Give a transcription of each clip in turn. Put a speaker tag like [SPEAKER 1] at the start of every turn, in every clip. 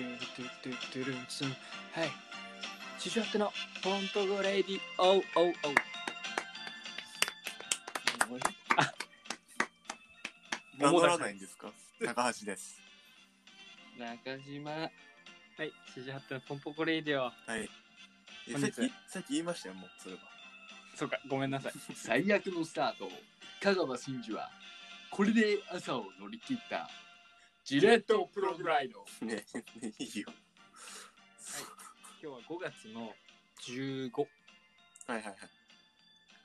[SPEAKER 1] はい。主張ってのポントゴレディオーオーオー。
[SPEAKER 2] 名乗らないんですか高橋です。
[SPEAKER 1] 中島。はい。主張ってのポンポコレディオ。
[SPEAKER 2] はい。え
[SPEAKER 1] こん
[SPEAKER 2] さっ
[SPEAKER 1] にちは
[SPEAKER 2] き、さっき言いましたよ、もう、それは。
[SPEAKER 1] そうか、ごめんなさい。
[SPEAKER 3] 最悪のスタート香川真司はこれで朝を乗り切ったジレットプログライド
[SPEAKER 2] ね、いいよ。
[SPEAKER 1] 今日は5月の15、
[SPEAKER 2] はいはいはい。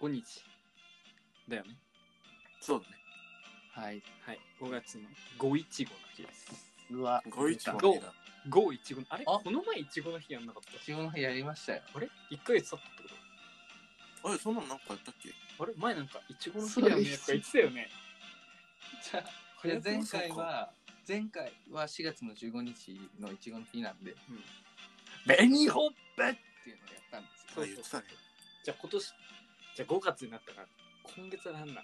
[SPEAKER 1] 5日。だよね。
[SPEAKER 2] そうだね。
[SPEAKER 3] はい
[SPEAKER 1] はい。5月の5いちごの日です。
[SPEAKER 3] うわ
[SPEAKER 2] ご一番
[SPEAKER 1] どう
[SPEAKER 2] だ。
[SPEAKER 1] 5いちごの、あれ
[SPEAKER 3] あ
[SPEAKER 1] この前いちごの日やんなかった
[SPEAKER 3] 昨日の日やりましたよ
[SPEAKER 1] あれ ?1 ヶ月経ったってこと
[SPEAKER 2] あれ、そんなのなんかやったっけ
[SPEAKER 1] あれ前なんかイチゴの日だよねとか言ってたよね。
[SPEAKER 3] じゃあいや前回は前回は4月の15日のいちごの日なんで
[SPEAKER 1] うん
[SPEAKER 3] 「紅ほっぺ!」っていうのをやったんです
[SPEAKER 1] そう
[SPEAKER 2] あ、
[SPEAKER 3] よ
[SPEAKER 1] そう
[SPEAKER 2] 言ってたね。
[SPEAKER 1] じゃあ今年、じゃあ5月になったから、今月は何なん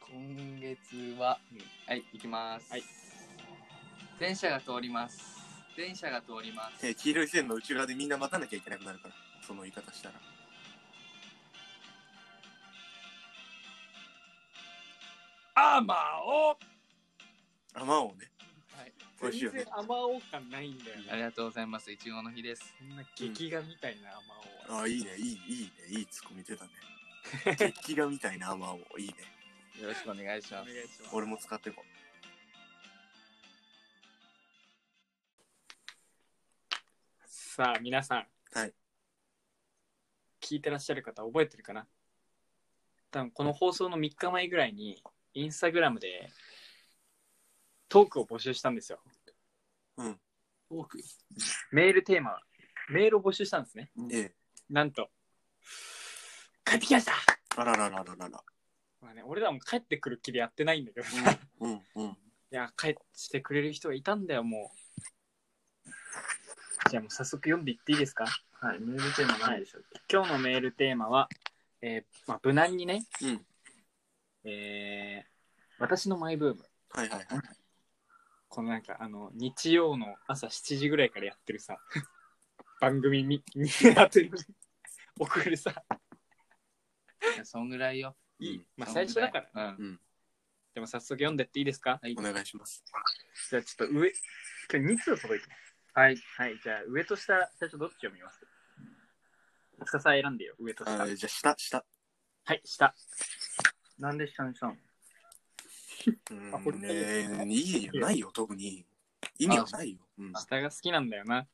[SPEAKER 3] 今月は、
[SPEAKER 1] うん
[SPEAKER 3] はい行きます、
[SPEAKER 1] はい
[SPEAKER 3] 電車が通ります電車が通ります
[SPEAKER 2] えー黄色い線の内側でみんな待たなきゃいけなくなるから、その言い方したら。
[SPEAKER 3] アーマーを
[SPEAKER 2] あまおうね。
[SPEAKER 3] はい
[SPEAKER 2] 美味しいよ
[SPEAKER 1] 全
[SPEAKER 2] ね。
[SPEAKER 1] 然甘おう感ないんだよ
[SPEAKER 3] あ
[SPEAKER 1] ね。
[SPEAKER 3] りがとうございます。いちごの日です。
[SPEAKER 1] そんな劇画みたいな甘おうは。
[SPEAKER 2] あ、いいね、いい、いいね、いいツッコミ出 たね。劇画みたいなあまおう、いいね。
[SPEAKER 3] よろしくお願いし
[SPEAKER 1] お
[SPEAKER 3] ま
[SPEAKER 1] 願
[SPEAKER 3] す。
[SPEAKER 1] いします。
[SPEAKER 2] 俺も使ってこ
[SPEAKER 1] さあ、皆さん。
[SPEAKER 2] はい。
[SPEAKER 1] 聞いてらっしゃる方覚えてるかな多分この放送の3日前ぐらいに、インスタグラムでトークを募集したんですよ。
[SPEAKER 2] う。うん。
[SPEAKER 3] 多く。
[SPEAKER 1] メールテーマ、メールを募集したんですね。
[SPEAKER 2] ええ。
[SPEAKER 1] なんと、帰ってきました
[SPEAKER 2] あらららららら。
[SPEAKER 1] まあね、俺らも帰ってくる気でやってないんだけどさ。い
[SPEAKER 2] うん、うん、うん。
[SPEAKER 1] や、帰ってくれる人がいたんだよ、もう。じゃあもう早速読んでいっていいですか
[SPEAKER 3] はい。メールテーマないでしょうか。
[SPEAKER 1] 今日のメールテーマは、えーまあ、無難にね、
[SPEAKER 2] うん。
[SPEAKER 1] えー私のマイブーム。
[SPEAKER 2] はいはいはい。
[SPEAKER 1] このなんか、あの、日曜の朝7時ぐらいからやってるさ、 番組に、に当てる、送るさ、
[SPEAKER 3] いやそんぐらいよ。
[SPEAKER 1] いい。
[SPEAKER 2] うん
[SPEAKER 1] まあ最初だから。
[SPEAKER 3] ら。うん。
[SPEAKER 2] うん。
[SPEAKER 1] でも早速読んでっていいですか
[SPEAKER 2] お願いします。
[SPEAKER 1] じゃあちょっと上、今日2通届いてはい。はい。じゃあ上と下、最初どっち読みます深さ選んでよ、上と下。
[SPEAKER 2] あ
[SPEAKER 1] はい、
[SPEAKER 2] じゃあ、下、下。
[SPEAKER 1] 下。
[SPEAKER 3] なんで下にしたの
[SPEAKER 2] うん
[SPEAKER 1] あこれ
[SPEAKER 2] ねえ、いいよ、ないよ、特に。意味はないよ。うん。
[SPEAKER 1] 下が好きなんだよな。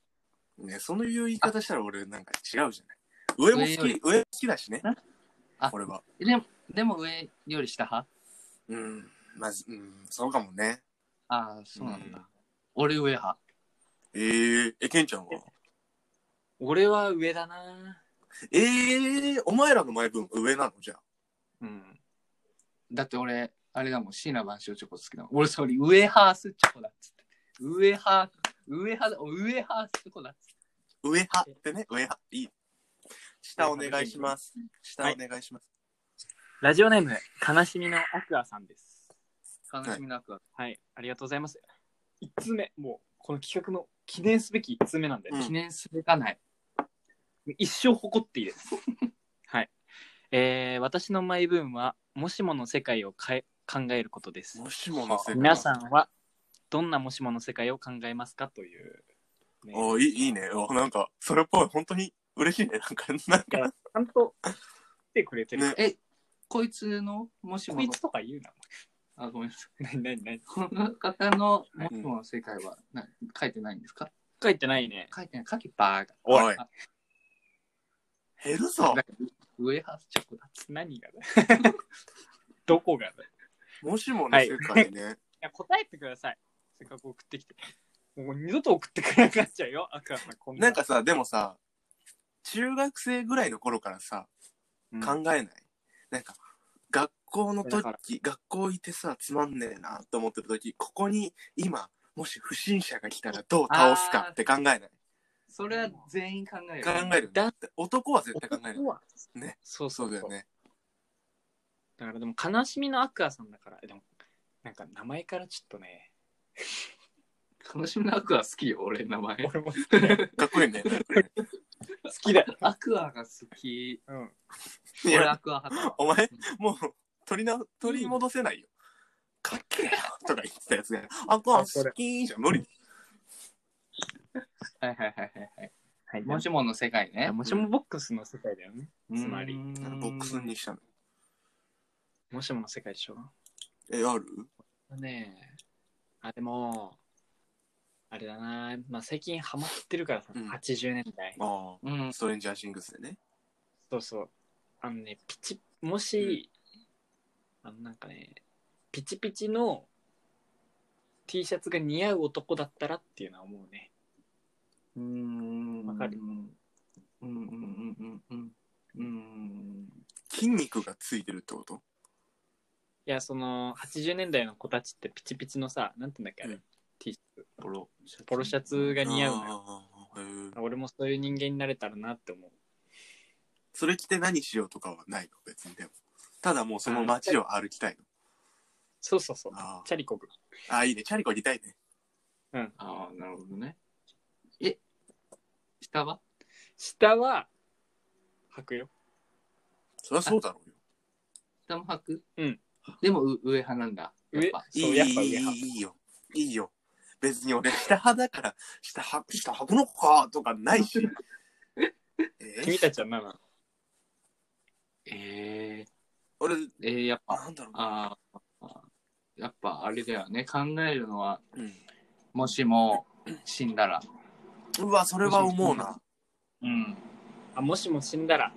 [SPEAKER 2] ねそういう言い方したら俺なんか違うじゃない。上も好
[SPEAKER 3] 上
[SPEAKER 2] き、
[SPEAKER 3] よ
[SPEAKER 2] 上も好きだしね。
[SPEAKER 3] あ
[SPEAKER 2] 俺は。
[SPEAKER 3] でも、でも上より下派
[SPEAKER 2] うん。まず、うん、そうかもね。
[SPEAKER 3] ああ、そうなんだ。俺上派。
[SPEAKER 2] えー、え、ケンちゃんは
[SPEAKER 1] 俺は上だな。
[SPEAKER 2] えー、お前らの前分上なのじゃあ。
[SPEAKER 3] うん。だって俺、あれだもん、椎名番象チョコ好きだもん。俺、それ上派スチョコだっつって。上派、上派だ、上派スチョコだっつって。
[SPEAKER 2] 上派ってね、上派。いい。下お願いします。下お願いします。
[SPEAKER 1] ラジオネーム、悲しみのアクアさんです。
[SPEAKER 3] 悲しみなくは、
[SPEAKER 1] はい。ありがとうございます。1通目、もう、この企画の記念すべき1通目なんで、
[SPEAKER 2] うん
[SPEAKER 3] 記念すべかない。
[SPEAKER 1] 一生誇っていいです。はい。えー、私のマイブームは、もしもの世界を変え考えることです。
[SPEAKER 2] もしもの世界。
[SPEAKER 1] 皆さんはどんなもしもの世界を考えますかという、ね
[SPEAKER 2] おいいいいね。おなんか、それっぽい。本当に嬉しいね。なんか、なんか、
[SPEAKER 1] ちゃんと来てくれてる。
[SPEAKER 2] ね
[SPEAKER 3] え、こいつの、もし
[SPEAKER 1] こ
[SPEAKER 3] もの
[SPEAKER 1] いつとか言うな。
[SPEAKER 3] あ、ごめんなさい。
[SPEAKER 1] 何何 何
[SPEAKER 3] この方のもしもの世界は、な書いてないんですか
[SPEAKER 1] 書いてないね。
[SPEAKER 3] 書いてない。書けばーが。
[SPEAKER 2] おい
[SPEAKER 3] あ
[SPEAKER 2] 減るぞ。
[SPEAKER 3] ウエハースチョコだ。
[SPEAKER 1] 何がだ どこがだい
[SPEAKER 2] もしもの世界 ね。
[SPEAKER 1] や答えてください。せっかく送ってきて。もう二度と送ってくれなくなっちゃうよ、アクアさん。こん
[SPEAKER 2] なんかさ、でもさ、中学生ぐらいの頃からさ、
[SPEAKER 1] うん
[SPEAKER 2] 考えない、なんか学校の
[SPEAKER 1] だから
[SPEAKER 2] 時学校いてさつまんねえなと思ってる時ここに今もし不審者が来たらどう倒すかって考えない
[SPEAKER 3] それは全員考える。
[SPEAKER 2] 考える
[SPEAKER 1] だ
[SPEAKER 2] だって男は絶対考えるね
[SPEAKER 1] そうそ
[SPEAKER 2] そうう
[SPEAKER 1] そ
[SPEAKER 2] だ
[SPEAKER 1] う
[SPEAKER 2] よね
[SPEAKER 1] だからでも悲しみのアクアさんだから、でもなんか名前からちょっとね、
[SPEAKER 3] 楽しみのアクア好きよ、俺、名前。
[SPEAKER 1] 俺 も好きだよ。
[SPEAKER 2] かっこいいんだよね。
[SPEAKER 1] 好きだよ。
[SPEAKER 3] アクアが好き。
[SPEAKER 1] うん。
[SPEAKER 2] い
[SPEAKER 3] 俺、
[SPEAKER 2] や
[SPEAKER 3] アクア派だわ。
[SPEAKER 2] お前、もう、取りな、取り戻せないよ。かっけえよとか言ってたやつが、あ、こは好きじゃん無理。
[SPEAKER 3] はいはいはいはいはい。
[SPEAKER 1] はい。
[SPEAKER 3] もしもの世界ね。
[SPEAKER 1] もしもボックスの世界だよね。
[SPEAKER 3] うん
[SPEAKER 1] つまり
[SPEAKER 2] ボックスにしたの。
[SPEAKER 1] もしもの世界でしょ。
[SPEAKER 2] え、ある
[SPEAKER 1] ねえ。あ、でも、あれだな。まあ、最近ハマってるからさ、
[SPEAKER 2] うん
[SPEAKER 1] 80年代。
[SPEAKER 2] あ
[SPEAKER 3] うん
[SPEAKER 2] あ、。ストレンジャーシングスでね。
[SPEAKER 1] そうそう。あのね、ピチ、もし、あのなんかね、ピチピチの T シャツが似合う男だったらっていうのは思うね。
[SPEAKER 3] うん。
[SPEAKER 1] わかる
[SPEAKER 3] うんうんうんうんうんうん。うん。
[SPEAKER 2] 筋肉がついてるってこと
[SPEAKER 1] いや、その、80年代の子たちってピチピチのさ、なんて言うんだっけ、あれ、
[SPEAKER 2] うん
[SPEAKER 1] T シャツ。
[SPEAKER 3] ポロ。
[SPEAKER 1] ポロシャツが似合うのよ。
[SPEAKER 2] ああへえ
[SPEAKER 1] 俺もそういう人間になれたらなって思う。
[SPEAKER 2] それ着て何しようとかはないの別にでも。ただもうその街を歩きたいの。
[SPEAKER 1] そうそうそう。
[SPEAKER 2] あ
[SPEAKER 1] チャリコグ。
[SPEAKER 2] あ、あいいね。チャリコりたいね。
[SPEAKER 3] ああ、なるほどね。え下は
[SPEAKER 1] 下は、履くよ。
[SPEAKER 2] そりゃそうだろうよ。
[SPEAKER 3] 下も履く
[SPEAKER 1] うん。
[SPEAKER 3] でもう上派なんだ。やっぱ
[SPEAKER 1] 上
[SPEAKER 2] い
[SPEAKER 1] そう
[SPEAKER 2] い、
[SPEAKER 1] やっぱ上
[SPEAKER 2] いい
[SPEAKER 1] 派
[SPEAKER 2] いいよ。いいよ。別に俺、下派だから、下は、下はくのかとかない し。え
[SPEAKER 1] 君たちは何なの
[SPEAKER 3] え
[SPEAKER 2] 俺、
[SPEAKER 3] ー、えー、やっぱ、
[SPEAKER 2] なんだろ
[SPEAKER 3] ああ、やっぱあれだよね。考えるのは、
[SPEAKER 2] う。うん。
[SPEAKER 3] もしも死んだら。
[SPEAKER 2] うわ、それは思うな。
[SPEAKER 3] うん。
[SPEAKER 1] あ、もしも死んだら。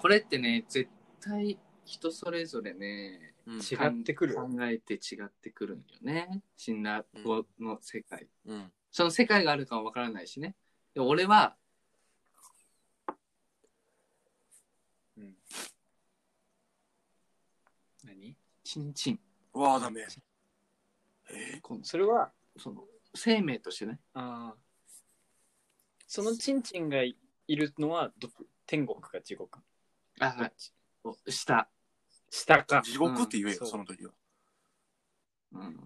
[SPEAKER 3] これってね、絶対人それぞれね、
[SPEAKER 2] うん
[SPEAKER 1] 違ってくる
[SPEAKER 3] 考えて違ってくるんよね。死んだ後の世界。
[SPEAKER 2] うん。
[SPEAKER 3] その世界があるかはわからないしね。で俺は、
[SPEAKER 1] うん。何
[SPEAKER 3] チンチン。
[SPEAKER 2] うわあ、ダメ。え
[SPEAKER 3] この
[SPEAKER 1] それは、
[SPEAKER 3] その生命としてね。
[SPEAKER 1] ああ。そのチンチンがいるのはどこ、天国か地獄。
[SPEAKER 3] あ、はい。お下。
[SPEAKER 1] 下か。
[SPEAKER 2] 地獄って言えよ、
[SPEAKER 1] うん
[SPEAKER 2] その時は。
[SPEAKER 3] うん。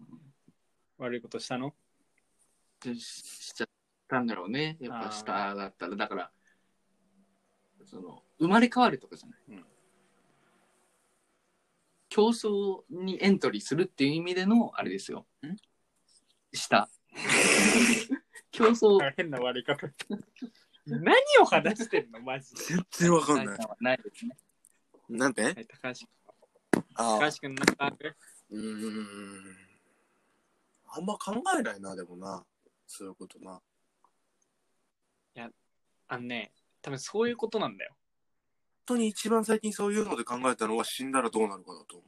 [SPEAKER 1] 悪いことしたの
[SPEAKER 3] でししちゃったんだろうね。やっぱ下だったら、だから、その、生まれ変わるとかじゃない。
[SPEAKER 1] うん
[SPEAKER 3] 競争にエントリーするっていう意味での、あれですよ
[SPEAKER 2] ん。
[SPEAKER 3] 下。競争
[SPEAKER 1] あ変な悪い方。 何を話してるのマジで。
[SPEAKER 2] 全然わかん
[SPEAKER 3] は
[SPEAKER 2] ない。
[SPEAKER 3] ないですね。
[SPEAKER 2] なんて
[SPEAKER 1] はい、高橋君。
[SPEAKER 2] あ
[SPEAKER 1] 高
[SPEAKER 2] あ
[SPEAKER 1] 橋君、なんかある
[SPEAKER 2] うーん。あんま考えないな、でもな。そういうことな。
[SPEAKER 1] あのね、多分そういうことなんだよ。
[SPEAKER 2] 本当に一番最近そういうので考えたのは死んだらどうなるかだと思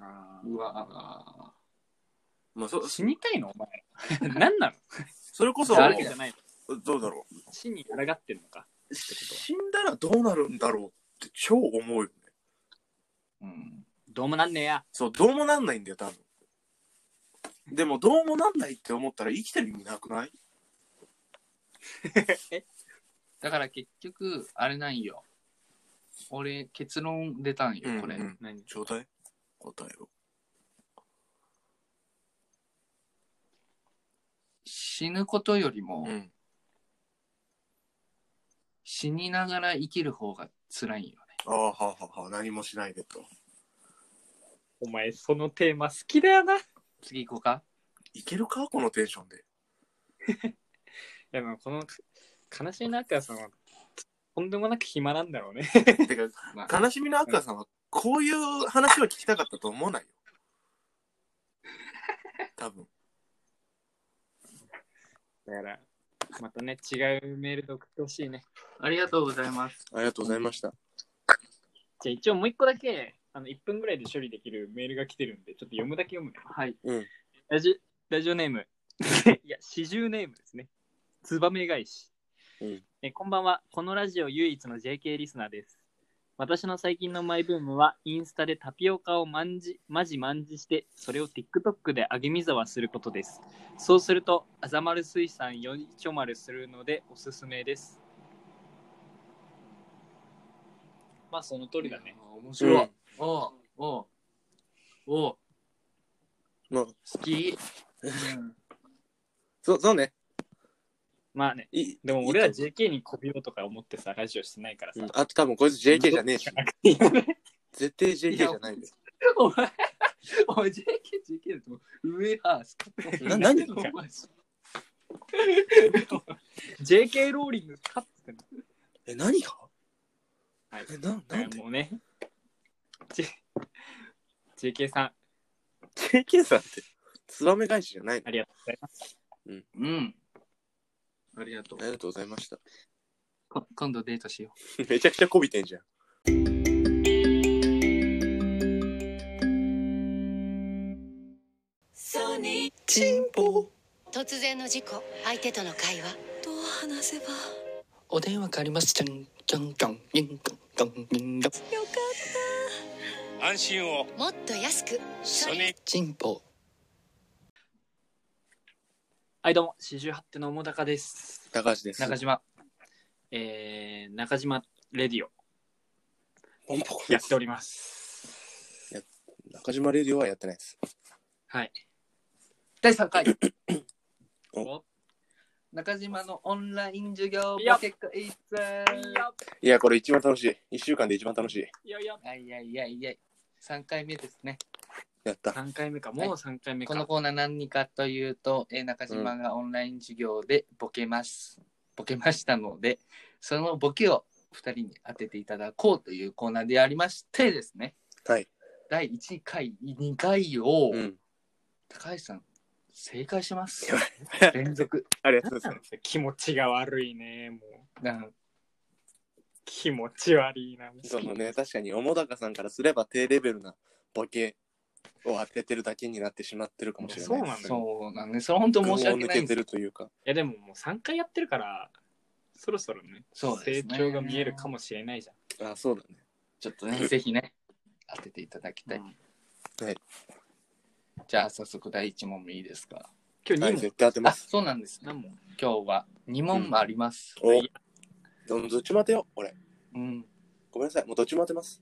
[SPEAKER 1] あ
[SPEAKER 3] うわ
[SPEAKER 2] う。まあ、そ、
[SPEAKER 1] 死にたいのお前。何なの
[SPEAKER 2] それこそ、
[SPEAKER 1] あるわけじゃないの。
[SPEAKER 2] どうだろう。
[SPEAKER 1] 死に抗ってるのか。
[SPEAKER 2] 死んだらどうなるんだろうって超思うよね。
[SPEAKER 3] うん。
[SPEAKER 1] どうもなんねえや。
[SPEAKER 2] そう、どうもなんないんだよ、多分。でも、どうもなんないって思ったら生きてる意味なくない
[SPEAKER 3] だから結局、あれなんよ。俺、結論出たんよ、これ。
[SPEAKER 2] うんうん
[SPEAKER 1] 何
[SPEAKER 2] ちょうだい答えを。
[SPEAKER 3] 死ぬことよりも、
[SPEAKER 2] うん。
[SPEAKER 3] 死にながら生きる方が辛いよね。
[SPEAKER 2] ああ、はあはあはあ、何もしないでと。
[SPEAKER 1] お前、そのテーマ好きだよな。い
[SPEAKER 3] 次行こうか。
[SPEAKER 2] いけるかこのテンションで。
[SPEAKER 1] や、でもこの、悲しいなってさんは、とんでもなく暇なんだろうね。
[SPEAKER 2] てか、
[SPEAKER 3] まあ
[SPEAKER 2] 悲しみのアクアさんは、こういう話を聞きたかったと思わないよ。多分。
[SPEAKER 1] だから、またね、違うメールで送ってほしいね。
[SPEAKER 3] ありがとうございます。
[SPEAKER 2] ありがとうございました。
[SPEAKER 1] じゃあ一応もう一個だけ、あの、1分ぐらいで処理できるメールが来てるんで、ちょっと読むだけ読むね。
[SPEAKER 3] はい。
[SPEAKER 2] うん。
[SPEAKER 1] ラジラジオネー ム。いや、四十ネームですね。ツバメ返し。
[SPEAKER 2] うん
[SPEAKER 1] えこんばんは。このラジオ唯一の JK リスナーです。私の最近のマイブームは、インスタでタピオカをまんじ、まじまんじして、それを TikTok で揚げ見ざわすることです。そうすると、あざまる水産よりちょまるするのでおすすめです。まあ、その通りだね。
[SPEAKER 3] あー面白い。
[SPEAKER 2] うん
[SPEAKER 3] おうおうおう
[SPEAKER 2] まあ、
[SPEAKER 3] 好き。うん
[SPEAKER 2] そう、そうね。
[SPEAKER 1] まあね、
[SPEAKER 2] いい
[SPEAKER 1] でも俺ら JK にこびようとか思ってさ、ラジオしてないからさ
[SPEAKER 2] うん。あと多分こいつ JK じゃねえし。絶対 JK じゃないんだよ。
[SPEAKER 3] お前、お前 JK、JK だと、上ハースか。
[SPEAKER 2] な何
[SPEAKER 3] お前
[SPEAKER 1] JK ローリングかってんの
[SPEAKER 2] え、何が
[SPEAKER 1] はい
[SPEAKER 2] え、な、
[SPEAKER 1] だ
[SPEAKER 2] な
[SPEAKER 1] か
[SPEAKER 2] ん
[SPEAKER 1] ら
[SPEAKER 2] で
[SPEAKER 1] もうね、J、JK さん、
[SPEAKER 2] ?JK さんって、ツバメ返しじゃないの
[SPEAKER 1] ありがとうございます。
[SPEAKER 3] うん。ありがとう
[SPEAKER 2] あ。りがとうございました。
[SPEAKER 3] こ今度デートしよ
[SPEAKER 2] めちゃくちゃこびてんじゃん。
[SPEAKER 4] ソニー
[SPEAKER 2] チンポ
[SPEAKER 4] 突然の事故相手との会話どう話せば
[SPEAKER 5] お電話変わりましたん。ちょんちょん、にんちょんちょん、にんちょん。
[SPEAKER 4] よか
[SPEAKER 6] 安心を
[SPEAKER 4] ったもっと安く
[SPEAKER 6] ソニー
[SPEAKER 5] チンポ。
[SPEAKER 1] はい、どうも、四十八手の桃高です。
[SPEAKER 2] 高橋です。
[SPEAKER 3] う。中島。
[SPEAKER 1] えー、中島レディオ
[SPEAKER 2] ポンポコ
[SPEAKER 1] やっております。
[SPEAKER 2] 中島レディオはやってないです。
[SPEAKER 1] はい。
[SPEAKER 3] 第3回。
[SPEAKER 1] お
[SPEAKER 3] 中島のオンライン授業バケットいつ
[SPEAKER 2] いや、これ一番楽しい。一週間で一番楽しい。
[SPEAKER 1] いやいや。
[SPEAKER 3] はいやいやいや3回目ですね。
[SPEAKER 2] やった。
[SPEAKER 1] 3回目か、もう3回目か。
[SPEAKER 3] このコーナー何かというと、えー中島がオンライン授業でボケます。ボケましたので、そのボケを2人に当てていただこうというコーナーでありましてですね、
[SPEAKER 2] はい。
[SPEAKER 3] 第1回、2回を、
[SPEAKER 2] うん。
[SPEAKER 3] 高橋さん、正解します
[SPEAKER 2] や。
[SPEAKER 3] 連続。
[SPEAKER 2] ありがとうござ
[SPEAKER 1] ないん
[SPEAKER 2] ま
[SPEAKER 1] ですか気持ちが悪いね、もう。
[SPEAKER 3] うん
[SPEAKER 1] 気持ち悪いな。
[SPEAKER 2] す。そのね、確かに、桃高さんからすれば低レベルなボケを当ててるだけになってしまってるかもしれない。
[SPEAKER 1] そうなんだよ
[SPEAKER 3] そうなんです。それ本当申し訳
[SPEAKER 2] 群を抜
[SPEAKER 3] ない
[SPEAKER 2] け
[SPEAKER 3] ん
[SPEAKER 2] て
[SPEAKER 3] です。
[SPEAKER 2] るというか。
[SPEAKER 1] いやでももう3回やってるから、そろそろね、
[SPEAKER 3] そう
[SPEAKER 1] 成
[SPEAKER 3] ですね
[SPEAKER 1] 長が見えるかもしれないじ
[SPEAKER 2] あ、そうだね。
[SPEAKER 3] ちょっとね、ぜひね、当てていただき
[SPEAKER 1] ゃ
[SPEAKER 3] た
[SPEAKER 1] ん。
[SPEAKER 3] い。
[SPEAKER 2] はい
[SPEAKER 3] じゃあ、早速第1問目いいですか。
[SPEAKER 1] 今日
[SPEAKER 2] は
[SPEAKER 1] 2
[SPEAKER 2] い、
[SPEAKER 1] 問、
[SPEAKER 2] 絶対当てま
[SPEAKER 3] あ、
[SPEAKER 2] す。
[SPEAKER 3] そうなんですね。
[SPEAKER 1] 何問
[SPEAKER 3] 今日は2問もあります。
[SPEAKER 2] おどどっちも当てよう、俺。
[SPEAKER 3] うん。
[SPEAKER 2] ごめんなさい、もうどっちも当てます。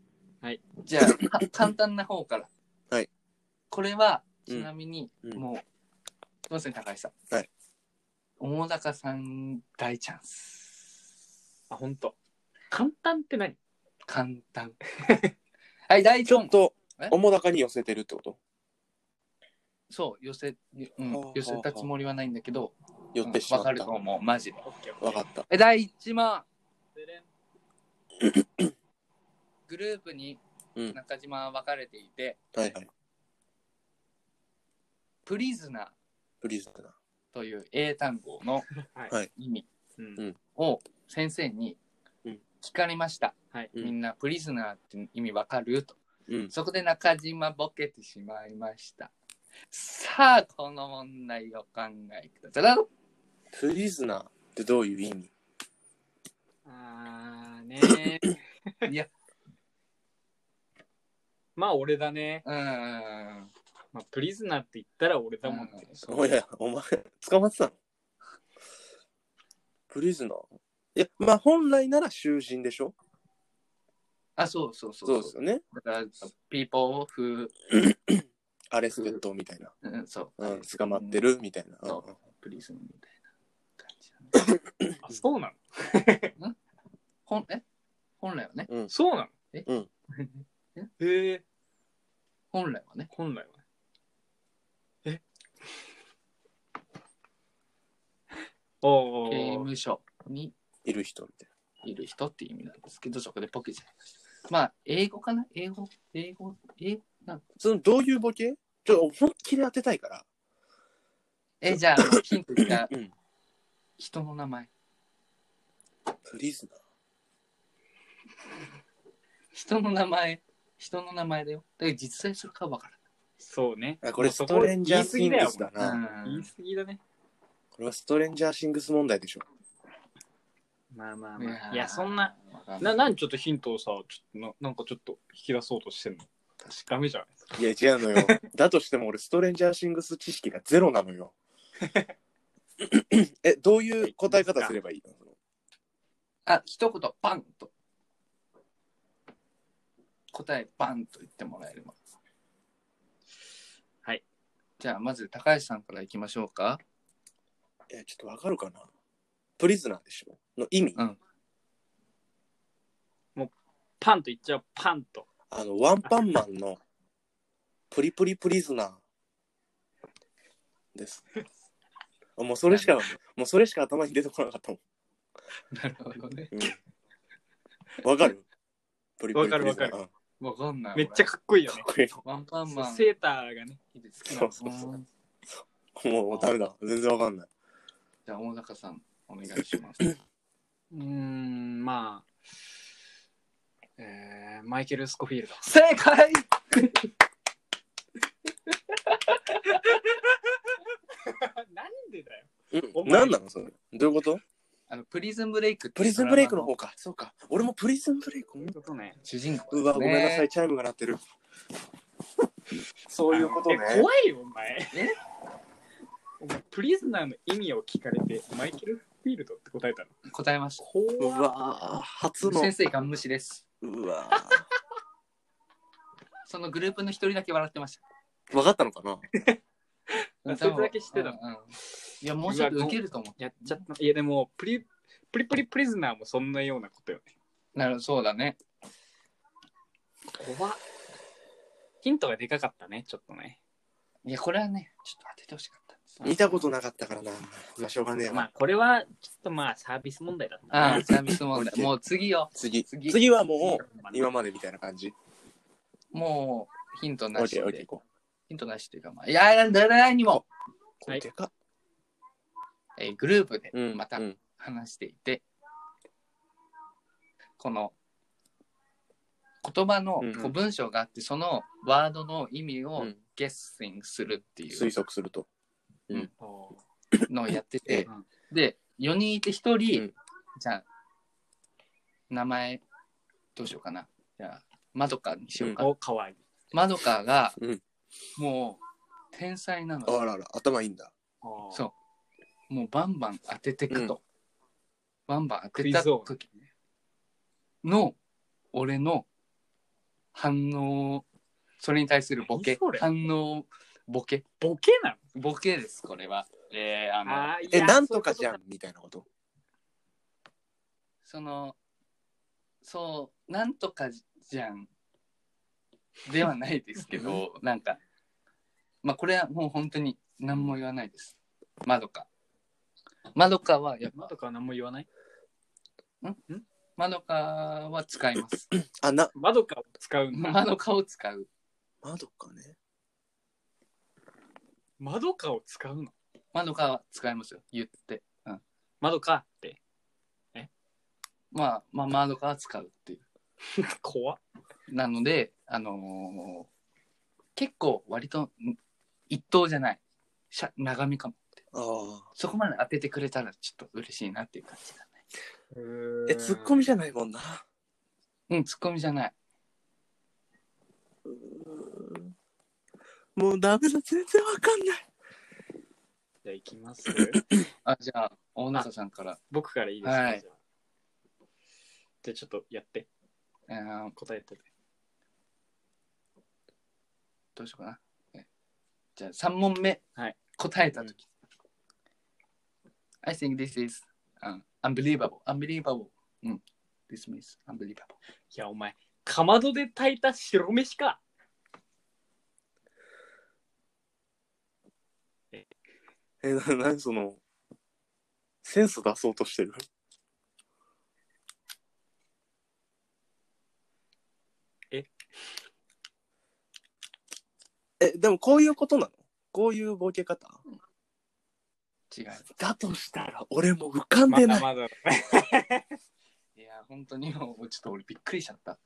[SPEAKER 3] じゃあ、 か簡単な方から。
[SPEAKER 2] はい。
[SPEAKER 3] これは、ちなみに、
[SPEAKER 2] うんうん
[SPEAKER 3] もう、すいません、高橋さん。
[SPEAKER 2] はい。
[SPEAKER 3] 大高さん大チャンス。
[SPEAKER 1] あ、本当。簡単って何
[SPEAKER 3] 簡単。 はい、第
[SPEAKER 2] ち
[SPEAKER 3] 1
[SPEAKER 2] ょっ
[SPEAKER 3] 問。
[SPEAKER 2] と
[SPEAKER 3] え、
[SPEAKER 2] 桃高に寄せてるってこと
[SPEAKER 3] そう、寄せ、うん
[SPEAKER 2] ほうほう、
[SPEAKER 3] 寄せたつもりはないんだけど、
[SPEAKER 2] 寄ってしま
[SPEAKER 3] わ
[SPEAKER 2] った。
[SPEAKER 3] かると思う、マジで。
[SPEAKER 1] オッケーオッケー
[SPEAKER 2] わかった。
[SPEAKER 3] え第1問グループに
[SPEAKER 2] うん
[SPEAKER 3] 中島は分かれていて、
[SPEAKER 2] はいはい。
[SPEAKER 3] プリズナ
[SPEAKER 2] プリズナー。
[SPEAKER 3] という英単語の
[SPEAKER 1] はい
[SPEAKER 2] はい
[SPEAKER 3] 意味
[SPEAKER 1] うん
[SPEAKER 2] うん
[SPEAKER 3] を先生に
[SPEAKER 2] うん
[SPEAKER 3] 聞かれました、
[SPEAKER 1] はい
[SPEAKER 2] うん
[SPEAKER 3] みんなプリズナーって意味分かると
[SPEAKER 2] うん。
[SPEAKER 3] そこで中島ボケてしまいましたさあこの問題をお考えくださいだろ
[SPEAKER 2] プリズナーってどういう意味
[SPEAKER 1] あーねー
[SPEAKER 3] いや
[SPEAKER 1] まあ俺だね、
[SPEAKER 3] うーん
[SPEAKER 1] まあ、プリズナーって言ったら俺だもんね、
[SPEAKER 3] うん
[SPEAKER 2] おや、お前、捕まってたのプリズナーいや、まあ本来なら囚人でしょ
[SPEAKER 3] あそうそうそ
[SPEAKER 2] そ
[SPEAKER 3] うそうう
[SPEAKER 2] ですよね。
[SPEAKER 3] だからピーポー風
[SPEAKER 2] アレステッドみたいな。
[SPEAKER 3] うんそう
[SPEAKER 2] うん、捕まってるみたいな。
[SPEAKER 3] そう
[SPEAKER 2] うん
[SPEAKER 3] プリズムみたいな感じなんで
[SPEAKER 1] あそうなの
[SPEAKER 3] ほんえ本来はね
[SPEAKER 1] そうなの
[SPEAKER 3] え
[SPEAKER 2] うん
[SPEAKER 1] へ え
[SPEAKER 3] 本来はね
[SPEAKER 1] 本来はねえ お
[SPEAKER 3] 刑
[SPEAKER 1] ー
[SPEAKER 3] 務所に
[SPEAKER 2] いる人みたい
[SPEAKER 3] いる人っていう意味なんですけどそこでポケじゃないましたまあ英語かな英語英語英語なんか
[SPEAKER 2] な。その、どういうボケちょ、本気で当てたいから。
[SPEAKER 3] えじゃあヒントが
[SPEAKER 2] うん。
[SPEAKER 3] 人の名前
[SPEAKER 2] プリズナー
[SPEAKER 3] 人の名前人の名前だよだけど実際それかわか
[SPEAKER 1] そうね
[SPEAKER 2] あこれ
[SPEAKER 1] もうそ
[SPEAKER 2] ストレンジャーシングスだ
[SPEAKER 3] ら
[SPEAKER 2] な。
[SPEAKER 3] な
[SPEAKER 1] 言
[SPEAKER 3] い
[SPEAKER 1] い過ぎだね
[SPEAKER 2] これはストレンジャーシングス問題でしょ。
[SPEAKER 1] まあまあ
[SPEAKER 3] うん
[SPEAKER 1] まあいやそんな
[SPEAKER 3] わかんな
[SPEAKER 1] ない何ちょっとヒントをさちょっとななんかちょっと引き出そうとしてんの確かダメじゃないですか
[SPEAKER 2] いや、違うの よ。だとしても俺、ストレンジャーシングス知識がゼロなの よ。え、どういう答え方すればいいの
[SPEAKER 3] あ一言バンと答えバンと言ってもらえればじゃあ、まず高橋さんからいきましょうか。
[SPEAKER 2] え、ちょっとわかるかなプリズナーでしょの意味、
[SPEAKER 3] うん
[SPEAKER 1] パンといっちゃう、パンと。
[SPEAKER 2] あの、ワンパンマンのプリプリプリズナーです。あもうそれしか、もうそれしか頭に出てこなかったもん。
[SPEAKER 3] なるほどね。
[SPEAKER 2] うんわかるプリプリプリズナー
[SPEAKER 1] わかるわ
[SPEAKER 2] うん
[SPEAKER 3] わかんない。
[SPEAKER 1] めっちゃかっこいいよ
[SPEAKER 2] か
[SPEAKER 1] ね
[SPEAKER 2] っ。こいい
[SPEAKER 3] 俺ワンパンマン。
[SPEAKER 1] セーターがね。
[SPEAKER 2] そうそうそうの。もうダメだ。全然わかんない。
[SPEAKER 3] じゃあ、大中さん、お願い します。
[SPEAKER 1] うーん、まあ、えー、マイケル・スコフィールド。
[SPEAKER 3] 正解
[SPEAKER 1] なんでだよ。
[SPEAKER 2] う
[SPEAKER 1] お
[SPEAKER 2] ん。
[SPEAKER 1] 前
[SPEAKER 2] なんなのそれ。どういうこと
[SPEAKER 3] あの、プリズンブレイクって
[SPEAKER 2] プ
[SPEAKER 3] い
[SPEAKER 2] リ
[SPEAKER 3] う
[SPEAKER 2] ズ
[SPEAKER 3] ド
[SPEAKER 2] ン
[SPEAKER 3] ラマ
[SPEAKER 2] ブレイクの方か。そうか。俺もプリズンブレイク。
[SPEAKER 1] そういうことね。
[SPEAKER 3] 主人公、
[SPEAKER 2] うわ、ごめんなさ
[SPEAKER 3] ね
[SPEAKER 2] い。。チャイムが鳴ってる。そういうことね。
[SPEAKER 1] え怖いよ、お前。
[SPEAKER 3] え
[SPEAKER 1] お前、プリズナーの意味を聞かれて、マイケル・フィールドって答えたの。
[SPEAKER 3] 答えました。
[SPEAKER 2] う
[SPEAKER 1] 怖っ
[SPEAKER 2] わ初の。
[SPEAKER 3] 先生が無視です。
[SPEAKER 2] うわ
[SPEAKER 3] そのグループの一人だけ笑ってました。
[SPEAKER 2] わかったのかな
[SPEAKER 3] うん
[SPEAKER 1] そいつだけ知ってたの
[SPEAKER 3] うんうんいや、もうちょっと受けると思う。
[SPEAKER 1] やっちゃった。いや、でも、プリ、プリプリプリズナーもそんなようなことよね。
[SPEAKER 3] なるそうだね。
[SPEAKER 1] 怖っヒントがでかかったね、ちょっとね。
[SPEAKER 3] いや、これはね、ちょっと当ててほしかったです。
[SPEAKER 2] 見たことなかったからな。まあ、しょうがねえ
[SPEAKER 1] ま
[SPEAKER 2] わ。
[SPEAKER 1] あ、これは、ちょっとまあ、サービス問題だった
[SPEAKER 3] あ
[SPEAKER 1] な
[SPEAKER 3] あ、サービス問題。もう次よ。
[SPEAKER 2] 次。
[SPEAKER 3] 次
[SPEAKER 2] 次はもう、今までみたいな感じ。
[SPEAKER 3] もう、ヒント
[SPEAKER 2] オ
[SPEAKER 3] な
[SPEAKER 2] ッ
[SPEAKER 3] し
[SPEAKER 2] ケーオッケー
[SPEAKER 3] で。
[SPEAKER 2] 行こ
[SPEAKER 3] ヒントなしというか、まあ、いや、誰にも、
[SPEAKER 2] う。
[SPEAKER 1] はい
[SPEAKER 2] でかっ
[SPEAKER 3] えーグループで
[SPEAKER 2] うん。
[SPEAKER 3] また
[SPEAKER 2] うん
[SPEAKER 3] 話していて、この言葉の
[SPEAKER 2] うん
[SPEAKER 3] こう文章があって、そのワードの意味
[SPEAKER 2] う
[SPEAKER 3] を
[SPEAKER 2] ん
[SPEAKER 3] ゲッシングするってい
[SPEAKER 2] 推
[SPEAKER 3] う
[SPEAKER 2] 測すると。
[SPEAKER 1] おー
[SPEAKER 3] のをやって
[SPEAKER 2] え
[SPEAKER 3] て、で、4人いて1人、
[SPEAKER 2] うん
[SPEAKER 3] じゃあ、名前、どうしようかな。じゃあ、まどかにしようか。
[SPEAKER 1] お、かわいい。
[SPEAKER 3] まどかが、
[SPEAKER 2] うん
[SPEAKER 3] もう、天才なの
[SPEAKER 2] あ
[SPEAKER 3] で、
[SPEAKER 2] らら、頭いいんだ。
[SPEAKER 1] おー
[SPEAKER 3] そう、もうバンバン当ててくと。バンバン当
[SPEAKER 1] ク
[SPEAKER 3] て
[SPEAKER 1] イ
[SPEAKER 3] た
[SPEAKER 1] ズ王
[SPEAKER 3] 時の俺の反応それに対するボケ
[SPEAKER 1] 何それ
[SPEAKER 3] 反応ボケ
[SPEAKER 1] ボケな
[SPEAKER 3] ボケですこれはえー、あの
[SPEAKER 1] のあーい
[SPEAKER 2] え、
[SPEAKER 1] や
[SPEAKER 2] なんとかじゃ
[SPEAKER 1] そ
[SPEAKER 2] んみたいなこと。
[SPEAKER 3] そのそうなんとかじゃんではないですけどなんかまあこれはもう本当に何も言わないですまどかまどかはや
[SPEAKER 1] うい
[SPEAKER 3] っ
[SPEAKER 1] うことか。ま
[SPEAKER 3] ぱ
[SPEAKER 1] どかは何も言わない
[SPEAKER 3] まどかは使います
[SPEAKER 2] あ、な、
[SPEAKER 1] まどかを使 うん
[SPEAKER 3] ま
[SPEAKER 1] だ。
[SPEAKER 3] どかを使う
[SPEAKER 2] 窓かね。
[SPEAKER 1] まどかを使うの
[SPEAKER 3] まどかは使いますよ言って
[SPEAKER 1] まどかって。
[SPEAKER 3] まあ、まあ、マードカー使うっていう。
[SPEAKER 1] 怖っ
[SPEAKER 3] なので、あのー結構割とん一等じゃない。しゃ長めかも。
[SPEAKER 2] ああ。
[SPEAKER 3] そこまで当ててくれたらちょっと嬉しいなっていう感じだ
[SPEAKER 2] え、ツッコミじゃないもんな。
[SPEAKER 3] ね。うん、ツッコミじゃない。
[SPEAKER 2] うーんもうダメだ、全然わかんない。
[SPEAKER 1] じゃあ行きます。
[SPEAKER 3] あ、じゃあ、大中さんから、
[SPEAKER 1] 僕からいいですか、
[SPEAKER 3] はい
[SPEAKER 1] じゃあじゃあちょっとやって、
[SPEAKER 3] えー
[SPEAKER 1] 答えて。
[SPEAKER 3] どうしようかな。えじゃあ、3問目、
[SPEAKER 1] はい
[SPEAKER 3] 答えたとき。I think this is、unbelievable, unbelievable. うん、this means unbelievable.
[SPEAKER 1] いや、お前、かまどで炊いた白飯か。
[SPEAKER 2] え、な、なにその、センス出そうとしてる
[SPEAKER 1] え
[SPEAKER 2] え、でもこういうことなのこういうボケ方
[SPEAKER 3] 違う。
[SPEAKER 2] だとしたら俺も浮かん
[SPEAKER 1] ま
[SPEAKER 2] で
[SPEAKER 1] だ
[SPEAKER 2] ない。
[SPEAKER 1] まだ。
[SPEAKER 3] いや、本当にもう、ちょっと俺びっくりしちゃった。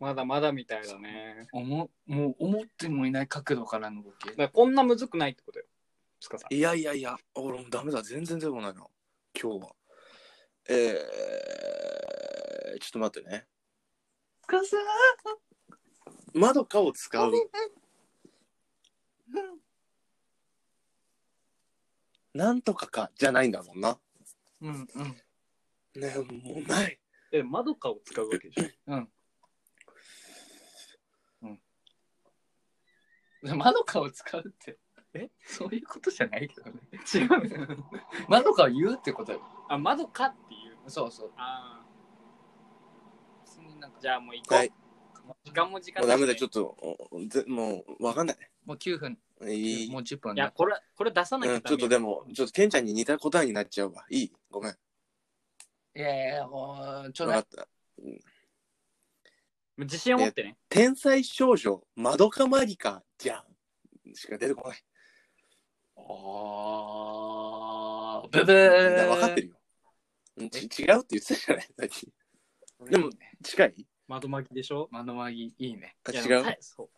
[SPEAKER 1] まだまだみたいだね。
[SPEAKER 3] 思もう思ってもいない角度からのボケ
[SPEAKER 1] だからこんなむずくないってことよ。つかさん。
[SPEAKER 2] いやいやいや、俺もダメだ、全然出てこないな、今日は。えー、ちょっと待ってね。
[SPEAKER 3] つかさ
[SPEAKER 2] まどかを使う。なんとかかじゃないんだもんな。
[SPEAKER 3] んうんうん
[SPEAKER 2] ねもうない。
[SPEAKER 1] え、まどかを使うわけでしょ。
[SPEAKER 3] うんまどかを使うって。
[SPEAKER 1] え
[SPEAKER 3] そういうことじゃないけどね。
[SPEAKER 1] 違う。
[SPEAKER 3] まどかを言うってことよ。
[SPEAKER 1] あ、窓かっていう。
[SPEAKER 3] そうそう。
[SPEAKER 1] あ
[SPEAKER 3] 別になんか
[SPEAKER 1] ーじゃあもう行こう。
[SPEAKER 5] はい。
[SPEAKER 1] 時間も時間
[SPEAKER 5] もうダメだ、ちょ
[SPEAKER 1] ょっ
[SPEAKER 5] っと、おぜもう、わかんない。
[SPEAKER 3] もう9分、
[SPEAKER 5] いい
[SPEAKER 3] もう10分
[SPEAKER 1] いや、
[SPEAKER 3] だ。
[SPEAKER 1] これ、これ出さなき
[SPEAKER 5] う
[SPEAKER 1] ゃ
[SPEAKER 5] ん、ちょっとでも、ちょっとケンちゃんに似た答えになっちゃうわ。いいごめん。
[SPEAKER 3] いやいやいや、もう、ちょう
[SPEAKER 5] わ
[SPEAKER 3] だ
[SPEAKER 5] か
[SPEAKER 3] い。
[SPEAKER 5] った。
[SPEAKER 1] も。自信を持ってね。
[SPEAKER 5] 天才少女、マドカマギカじゃん。しか出てこない。
[SPEAKER 3] あー、ブブー。
[SPEAKER 5] 分かってるよ。うんち違うって言ってたじゃない、 さっき。でも、近い
[SPEAKER 1] 窓巻きでしょ
[SPEAKER 3] 窓まぎいいね。
[SPEAKER 5] あ
[SPEAKER 1] いや
[SPEAKER 5] 違
[SPEAKER 1] でも
[SPEAKER 5] う
[SPEAKER 1] 大そう。い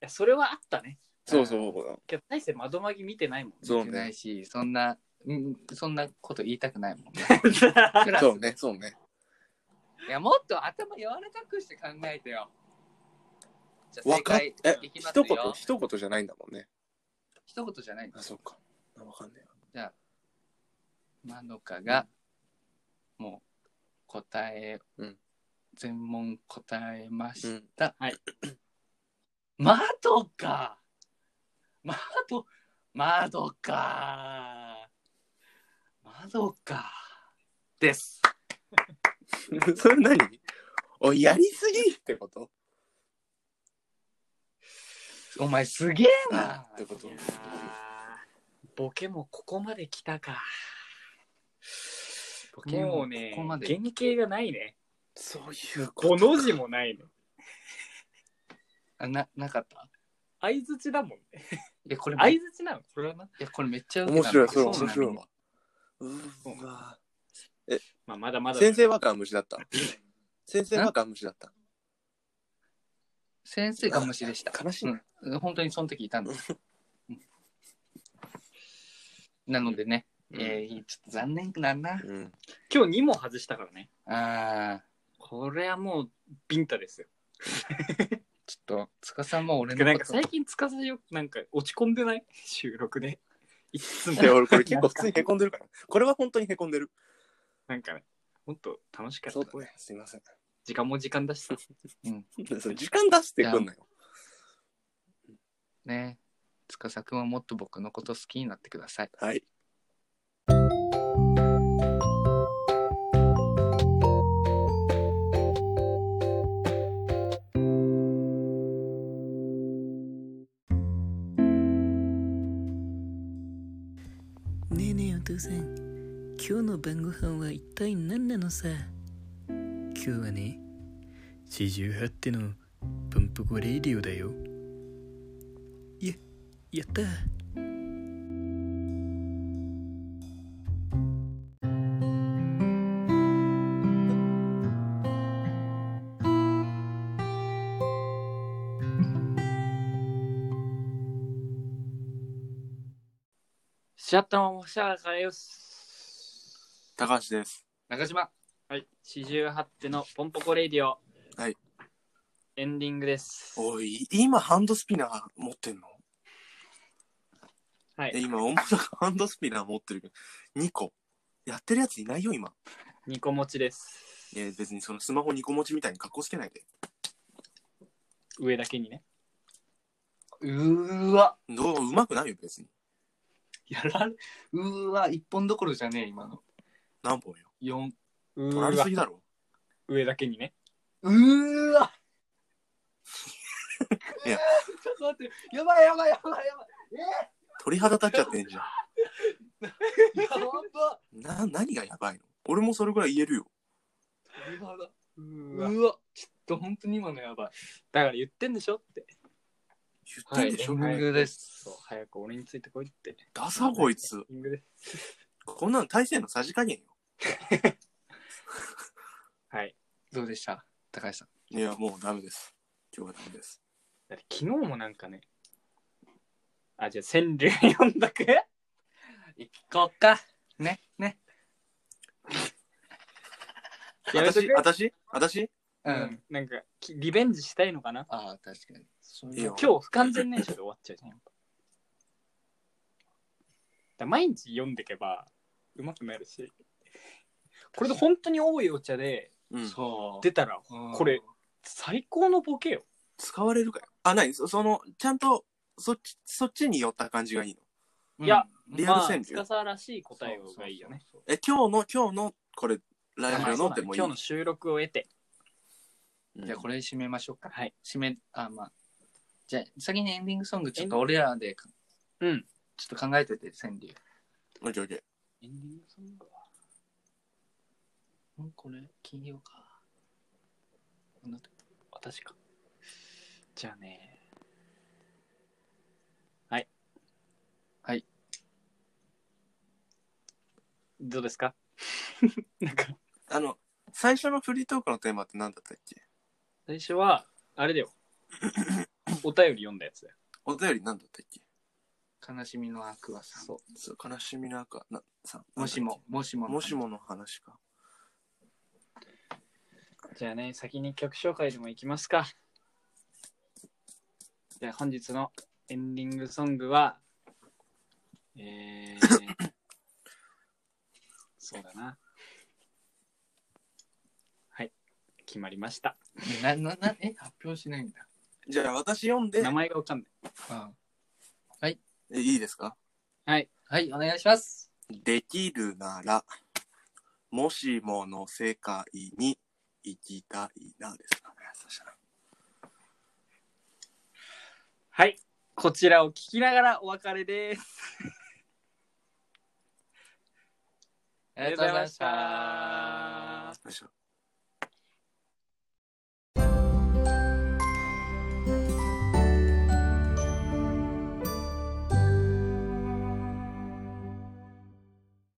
[SPEAKER 1] や、それはあったね。
[SPEAKER 5] そうそう。
[SPEAKER 1] けど、大して窓巻き見てない もん。
[SPEAKER 5] そう
[SPEAKER 3] 見てな
[SPEAKER 5] ね
[SPEAKER 3] い。し、そんな、うん、そんなこと言いたくないもんね。クラス
[SPEAKER 5] そうね、そうね。
[SPEAKER 3] いや、もっと頭柔らかくして考えてよ。じゃあ
[SPEAKER 5] わ
[SPEAKER 3] 正
[SPEAKER 5] かっ
[SPEAKER 3] 解
[SPEAKER 5] え、
[SPEAKER 3] いきます
[SPEAKER 5] 一
[SPEAKER 3] よ。
[SPEAKER 5] 言、一言じゃないんだもんね。
[SPEAKER 3] 一言じゃないんで
[SPEAKER 5] あ、
[SPEAKER 3] す。
[SPEAKER 5] そうか。あわかんない。
[SPEAKER 3] まどかが、もう、答え、
[SPEAKER 5] うん
[SPEAKER 3] 全問答えまし
[SPEAKER 5] うん。
[SPEAKER 3] た。
[SPEAKER 1] はい。
[SPEAKER 3] まどかまど、まどかまどかです。
[SPEAKER 5] それ何おい、やりすぎってこと
[SPEAKER 3] お前すげえな
[SPEAKER 5] ってこと
[SPEAKER 1] いやーボケもここまで来たか。ボケもね、
[SPEAKER 3] ここまで
[SPEAKER 1] 原型がないね。
[SPEAKER 5] そういう
[SPEAKER 1] この字もないね。
[SPEAKER 3] あな、なかった
[SPEAKER 1] 相づちだもんね。
[SPEAKER 3] いや、これめ、
[SPEAKER 1] 相
[SPEAKER 3] い
[SPEAKER 1] づちなのこれはな。
[SPEAKER 3] や、これめっちゃ
[SPEAKER 5] 面白い、それ
[SPEAKER 3] う
[SPEAKER 5] 面白いわ。
[SPEAKER 1] そう
[SPEAKER 5] うわ。
[SPEAKER 1] まあ、まだまだ。
[SPEAKER 5] 先生はガム シだった。先生はガムシだった。
[SPEAKER 3] 先生が虫でした。
[SPEAKER 5] 悲しいな。
[SPEAKER 3] うん本当にその時いたんです。うんなのでね、
[SPEAKER 5] うん
[SPEAKER 3] えーちょっと残念だな。
[SPEAKER 5] うん。
[SPEAKER 1] 今日2問外したからね。
[SPEAKER 3] あー、
[SPEAKER 1] これはもう、ビンタですよ。
[SPEAKER 3] ちょっと、つかさんも俺
[SPEAKER 1] なん
[SPEAKER 3] の
[SPEAKER 1] か
[SPEAKER 3] こと
[SPEAKER 1] 最近つかずよ、なんか落ち込んでない 収録で。いつも
[SPEAKER 5] い。や、俺これ結構普通にへこんでるから。これは本当にへこんでる。
[SPEAKER 1] なんかね、ほんと楽しかった。
[SPEAKER 5] そうだね。すいません。
[SPEAKER 1] 時間も時間だしさ。
[SPEAKER 5] それ時間出してくんのよ。
[SPEAKER 3] ね、つかさくんはもっと僕のこと好きになってください。
[SPEAKER 5] はい。
[SPEAKER 7] ねえねえお父さん今日の晩ご飯は一体何なのさ今日はね四十八手のパンプコレイディオだよややった
[SPEAKER 1] シャッターもシャーからよし。
[SPEAKER 5] 高橋です。
[SPEAKER 3] 中島
[SPEAKER 1] はい。四十八手のポンポコレイディオ。
[SPEAKER 5] はい。
[SPEAKER 1] エンディングです。
[SPEAKER 5] おい、今ハンドスピナー持ってんの
[SPEAKER 1] は
[SPEAKER 5] え、
[SPEAKER 1] い。
[SPEAKER 5] 今、重たくハンドスピナー持ってるけど、2個。やってるやついないよ、今。
[SPEAKER 1] 二個持ちです。
[SPEAKER 5] いや、別にそのスマホ2個持ちみたいに格好つけないで。
[SPEAKER 1] 上だけにね。
[SPEAKER 3] うーわ
[SPEAKER 5] どう、うまくないよ、別に。
[SPEAKER 3] やられうーわ一本どころじゃねえ今の
[SPEAKER 5] 何本よ。
[SPEAKER 3] 四
[SPEAKER 1] うー
[SPEAKER 5] 取ら
[SPEAKER 1] わ
[SPEAKER 5] れすぎだろ。
[SPEAKER 1] 上だけにね。
[SPEAKER 3] うーわ
[SPEAKER 5] いや
[SPEAKER 3] うーわちょっと待ってやばいやばいやばいやばい
[SPEAKER 5] 鳥肌立っちゃってんじ ゃ
[SPEAKER 3] やば
[SPEAKER 5] ん。な、何がやばいの俺もそれぐらい言えるよ。
[SPEAKER 3] 鳥肌
[SPEAKER 1] うー
[SPEAKER 3] う
[SPEAKER 1] わ。
[SPEAKER 3] ーわちょっと本当に今のやばい
[SPEAKER 1] だから言ってんでしょって。
[SPEAKER 5] 言ってんでしょ、
[SPEAKER 3] はいエンディングです
[SPEAKER 1] そう、早く俺についてこいって。エ
[SPEAKER 5] ダサこいつ。
[SPEAKER 1] ンディングです。
[SPEAKER 5] こんなの大勢のさじ加減よ。
[SPEAKER 1] はい。
[SPEAKER 3] どうでした高橋さん
[SPEAKER 5] いや、もうダメです。今日はダメです。
[SPEAKER 1] だって昨日もなんかね。あ、じゃあ川柳読んだく
[SPEAKER 3] 行こうかねね
[SPEAKER 1] やめとく
[SPEAKER 5] 私、私、私
[SPEAKER 3] うん、
[SPEAKER 1] うん。なんか、きリベンジしたいのかな
[SPEAKER 3] ああ確かにそう
[SPEAKER 5] いいよ
[SPEAKER 1] 今日不完全燃焼で終わっちゃうじゃん。やっぱだ毎日読んでけばうまくなるし、これで本当に多いお茶で
[SPEAKER 5] うん。
[SPEAKER 3] そう
[SPEAKER 1] 出たら
[SPEAKER 3] うん
[SPEAKER 1] これ最高のボケよ。
[SPEAKER 5] 使われるかよ。あ、ないそその、ちゃんと、
[SPEAKER 2] そっち、そっちに寄った感じがいいの。
[SPEAKER 1] いや
[SPEAKER 3] うん
[SPEAKER 2] リアル
[SPEAKER 1] まあ、
[SPEAKER 2] 川柳
[SPEAKER 1] 司らしい答えがいいよね。
[SPEAKER 2] え、今日の、今日の、これ、ラジオのでもいい
[SPEAKER 1] 今日の収録を得て。
[SPEAKER 2] うん
[SPEAKER 3] じゃあこれ締めましょうか。
[SPEAKER 1] はい。
[SPEAKER 3] 締め、あ、まあ。じゃあ先にエンディングソングちょっと俺らで、
[SPEAKER 1] うん。
[SPEAKER 3] ちょっと考えてて、川柳。
[SPEAKER 2] オッケーオッケー
[SPEAKER 1] エンディングソングは
[SPEAKER 3] んこれ、金曜か。なんだ
[SPEAKER 1] 私か。じゃあね。はい。
[SPEAKER 3] はい。
[SPEAKER 1] どうですか なんか、
[SPEAKER 2] あの、最初のフリートークのテーマって何だったっけ
[SPEAKER 1] 最初は、あれだ よ。お便り読んだやつだよ。
[SPEAKER 2] お便り何だったっけ
[SPEAKER 3] 悲しみのアクアさん。
[SPEAKER 2] そう、悲しみの赤、な、さ、
[SPEAKER 3] もしも、もしも。
[SPEAKER 2] もし。もの話か。
[SPEAKER 1] じゃあね、先に曲紹介でもいきますか。じゃあ本日のエンディングソングは、えー、 そうだな。はい、決まりました。
[SPEAKER 3] な、な、な、え、発表しないんだ。
[SPEAKER 2] じゃあ私読んで
[SPEAKER 1] 名、前がわかんない。
[SPEAKER 3] うん。
[SPEAKER 2] えいいですか
[SPEAKER 3] はい、お願いします。
[SPEAKER 2] できるなら、もしもの世界に行きたいなですかね。そしたら
[SPEAKER 1] はい、こちらを聞きながらお別れです。
[SPEAKER 3] あ
[SPEAKER 1] りがとうございました
[SPEAKER 2] よいしょ